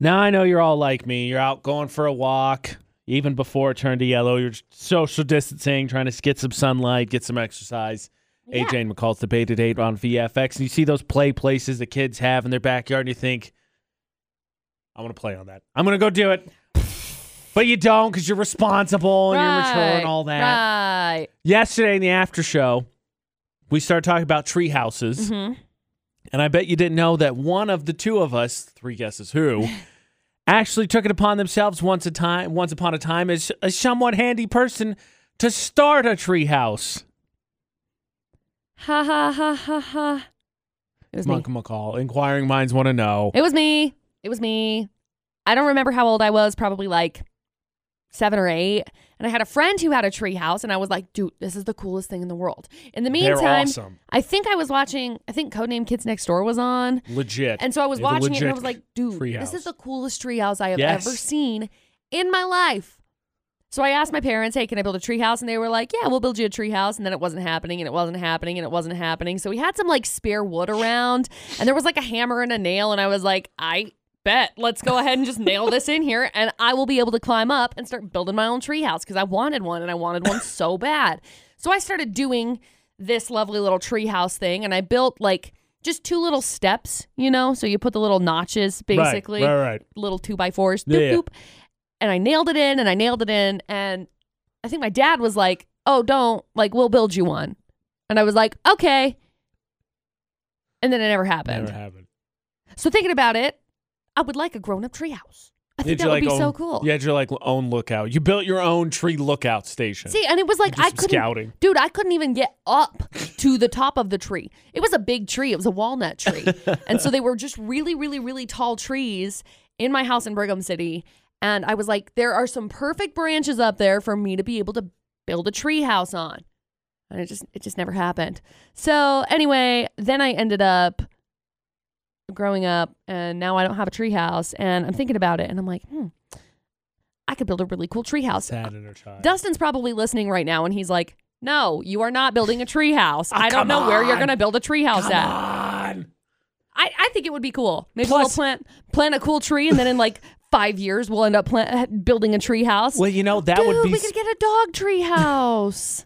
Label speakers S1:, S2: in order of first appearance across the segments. S1: Now I know you're all like me. You're out going for a walk. Even before it turned to yellow, you're social distancing, trying to get some sunlight, get some exercise.
S2: Yeah.
S1: AJ and McCall's debate at 8 on VFX. And you see those play places the kids have in their backyard, and you think, I want to play on that. I'm going to go do it. But you don't because you're responsible and you're mature and all that.
S2: Right.
S1: Yesterday in the after show, we started talking about tree houses.
S2: hmm
S1: And I bet you didn't know that one of the two of us, three guesses who, actually took it upon themselves once a time, once upon a time, as a somewhat handy person to start a treehouse.
S2: Ha ha ha ha ha. It was me.
S1: Monk McCall, inquiring minds want to know.
S2: It was me. It was me. I don't remember how old I was, probably like seven or eight. And I had a friend who had a tree house, and I was like, dude, this is the coolest thing in the world. In the
S1: They're
S2: meantime,
S1: awesome,
S2: I think I was watching, I think Codename Kids Next Door was on.
S1: legit.
S2: And so I was
S1: It's a
S2: watching it and I
S1: legit
S2: was like, dude,
S1: tree
S2: this
S1: house.
S2: is the coolest tree house I have
S1: Yes.
S2: ever seen in my life. So I asked my parents, hey, can I build a tree house? And they were like, yeah, we'll build you a tree house. And then it wasn't happening and it wasn't happening and it wasn't happening. So we had some like spare wood around and there was like a hammer and a nail. And I was like, I bet let's go ahead and just nail this in here and I will be able to climb up and start building my own tree house because I wanted one and I wanted one so bad. So I started doing this lovely little treehouse thing, and I built like just two little steps, you know. So you put the little notches, basically,
S1: Right, right, right.
S2: little two by fours,
S1: Yeah,
S2: doop,
S1: yeah.
S2: doop. and I nailed it in, and I nailed it in, and I think my dad was like, "Oh, don't like, we'll build you one," and I was like, "Okay," and then it never happened.
S1: Never happened.
S2: So thinking about it, I would like a grown-up treehouse. I think
S1: Did you
S2: that would
S1: like
S2: be so
S1: own-
S2: cool.
S1: You had your like own lookout. You built your own tree lookout station.
S2: See, and it was
S1: You
S2: like
S1: did
S2: I
S1: some
S2: couldn't
S1: scouting.
S2: Dude, I couldn't even get up to the top of the tree. It was a big tree. It was a walnut tree. and so they were just really, really, really tall trees in my house in Brigham City. And I was like, there are some perfect branches up there for me to be able to build a tree house on. And it just it just never happened. So anyway, then I ended up growing up and now I don't have a tree house. And I'm thinking about it and I'm like, hmm, I could build a really cool tree house.
S1: Sad inner child.
S2: Dustin's probably listening right now and he's like, no, you are not building a treehouse. I
S1: Oh,
S2: don't
S1: come
S2: know where you're
S1: on.
S2: going to build a treehouse
S1: Come
S2: at.
S1: on.
S2: I, I think it would be cool. Maybe we'll
S1: Plus-
S2: plant plant a cool tree and then in like five years we'll end up plant, uh, building a treehouse.
S1: Well, you know that
S2: Dude,
S1: would be
S2: we could get a dog treehouse.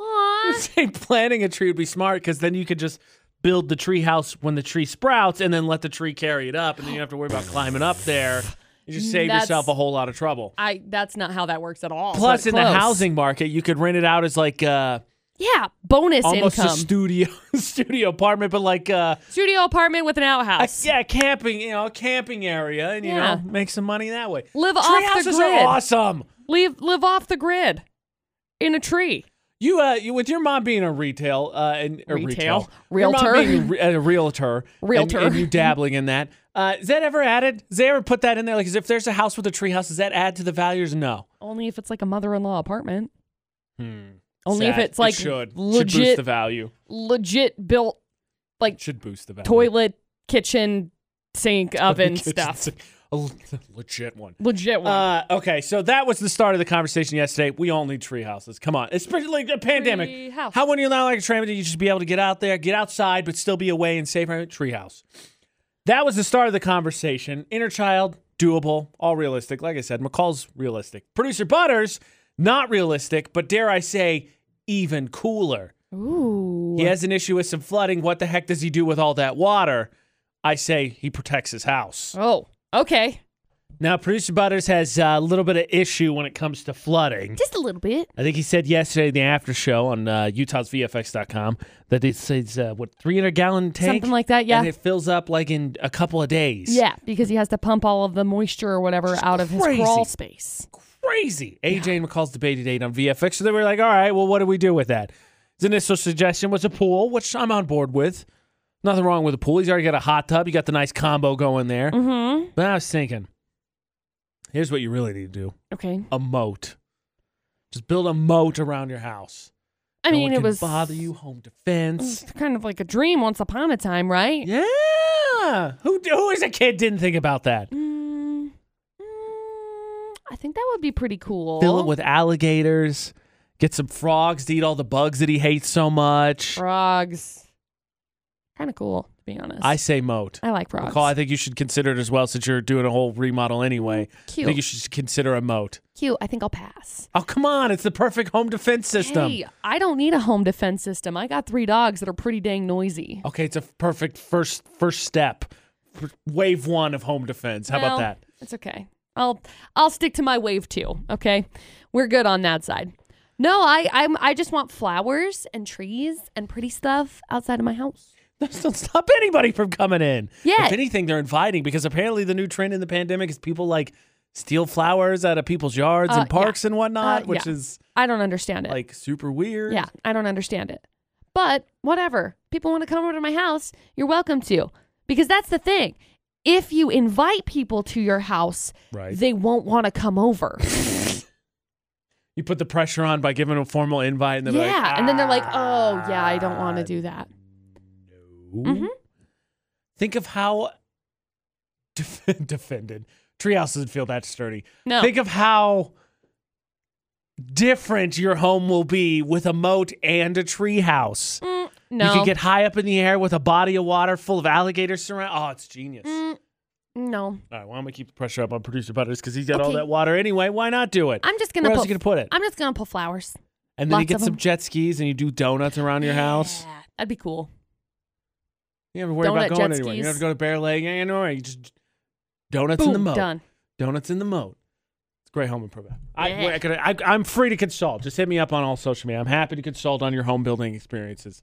S1: You
S2: Aw.
S1: say planting a tree would be smart because then you could just build the tree house when the tree sprouts and then let the tree carry it up and then you don't have to worry about climbing up there. You just save
S2: That's-
S1: yourself a whole lot of trouble.
S2: I that's not how that works at all.
S1: Plus,
S2: but
S1: in the
S2: close.
S1: housing market, you could rent it out as like uh,
S2: yeah, bonus
S1: almost a
S2: income,
S1: studio studio apartment, but like uh,
S2: studio apartment with an
S1: a,
S2: outhouse.
S1: yeah, camping you know, a camping area, and you
S2: Yeah.
S1: know, make some money that way.
S2: Live
S1: tree
S2: off the
S1: houses
S2: grid.
S1: are awesome.
S2: Live live off the grid in a tree.
S1: You, uh, you with your mom being a retail uh, and or
S2: Retail?
S1: retail, your mom
S2: Realtor?
S1: being a, re- a realtor, and-
S2: Realtor.
S1: and, you dabbling in that. Uh, is that ever added? Does they ever put that in there? Like, is if there's a house with a tree house, does that add to the values? No.
S2: Only if it's like a mother-in-law apartment.
S1: Hmm.
S2: Only if
S1: Sad.
S2: it's like
S1: it should should boost
S2: legit,
S1: the value.
S2: legit built
S1: It should boost the value.
S2: toilet, kitchen, sink, oven
S1: Kitchen
S2: stuff.
S1: sink. A l- legit one.
S2: Legit one.
S1: Uh, okay, so that was the start of the conversation yesterday. We all need tree houses. Come on, especially like a pandemic.
S2: Tree house.
S1: How when you're not like a tree, you should be able to get out there, get outside, but still be away and safe. Right? Tree house. That was the start of the conversation. Inner child, doable, all realistic. Like I said, McCall's realistic. Producer Butters, not realistic, but dare I say, even cooler.
S2: Ooh.
S1: He has an issue with some flooding. What the heck does he do with all that water? I say he protects his house.
S2: Oh, okay.
S1: Now, producer Butters has uh, a little bit of issue when it comes to flooding.
S2: Just a little bit.
S1: I think he said yesterday in the after show on uh, utahsvfx.com that it says, uh, what, 300 gallon tank?
S2: Something like that, yeah.
S1: And it fills up like in a couple of days.
S2: Yeah, because he has to pump all of the moisture or whatever out of his
S1: crazy.
S2: crawl space.
S1: Crazy. AJ and McCall's debate date on VFX. So they were like, all right, well, what do we do with that? His initial suggestion was a pool, which I'm on board with. Nothing wrong with a pool. He's already got a hot tub. You got the nice combo going there.
S2: Mm-hmm.
S1: But I was thinking, here's what you really need to do
S2: Okay.
S1: a moat. Just build a moat around your house.
S2: I
S1: No
S2: mean,
S1: one
S2: it
S1: can
S2: was
S1: bother you home
S2: it
S1: defense.
S2: was kind of like a dream once upon a time, right?
S1: Yeah. Who who as a kid didn't think about that?
S2: Mm, mm, I think that would be pretty cool.
S1: Fill it with alligators. Get some frogs to eat all the bugs that he hates so much.
S2: frogs. Kind of cool. to be honest.
S1: I say moat.
S2: I like frogs.
S1: McCall, I think you should consider it as well since you're doing a whole remodel anyway. I
S2: Cute.
S1: think you should consider a moat.
S2: Cute. I think I'll pass.
S1: Oh, come on. It's the perfect home defense system.
S2: Hey, I don't need a home defense system. I got three dogs that are pretty dang noisy.
S1: Okay, it's a perfect first first step. F- Wave one of home defense. How about
S2: Well,
S1: that?
S2: It's okay. I'll I'll stick to my wave two. Okay, we're good on that side. No, I I'm, I just want flowers and trees and pretty stuff outside of my house.
S1: That don't stop anybody from coming in.
S2: Yeah.
S1: If anything, they're inviting because apparently the new trend in the pandemic is people like steal flowers out of people's yards and
S2: Uh, yeah.
S1: parks and whatnot,
S2: Uh,
S1: which
S2: yeah.
S1: is
S2: I don't understand it.
S1: like super weird.
S2: yeah, I don't understand it. But whatever. People want to come over to my house. You're welcome to. Because that's the thing. If you invite people to your house,
S1: Right.
S2: they won't want to come over.
S1: You put the pressure on by giving a formal invite and they're
S2: yeah.
S1: like,
S2: and then they're like, oh, yeah, I don't want
S1: "Ah,
S2: to do that. Mm-hmm.
S1: no." Think of how def- defended. Treehouse doesn't feel that sturdy.
S2: No.
S1: Think of how different your home will be with a moat and a treehouse.
S2: Mm, no.
S1: You could get high up in the air with a body of water full of alligators surround. Oh, it's genius.
S2: Mm, no.
S1: All right, well, I'm gonna keep the pressure up on producer Butters because he's got all
S2: Okay.
S1: that water anyway. Why not do it?
S2: I'm just gonna
S1: Where
S2: put
S1: else you gonna put it?
S2: I'm just gonna put flowers.
S1: and then you
S2: lots
S1: get
S2: of
S1: some
S2: 'em.
S1: jet skis and you do donuts around your house.
S2: Yeah, that'd be cool.
S1: You never worry
S2: Donut
S1: about going
S2: jet
S1: anywhere. You don't
S2: skis.
S1: have to go to Bear Lake anywhere. You just donuts in the
S2: Boom,
S1: moat.
S2: done.
S1: Donuts in the moat. It's great home improvement. I,
S2: Yeah.
S1: I could, I, I'm free to consult. Just hit me up on all social media. I'm happy to consult on your home building experiences.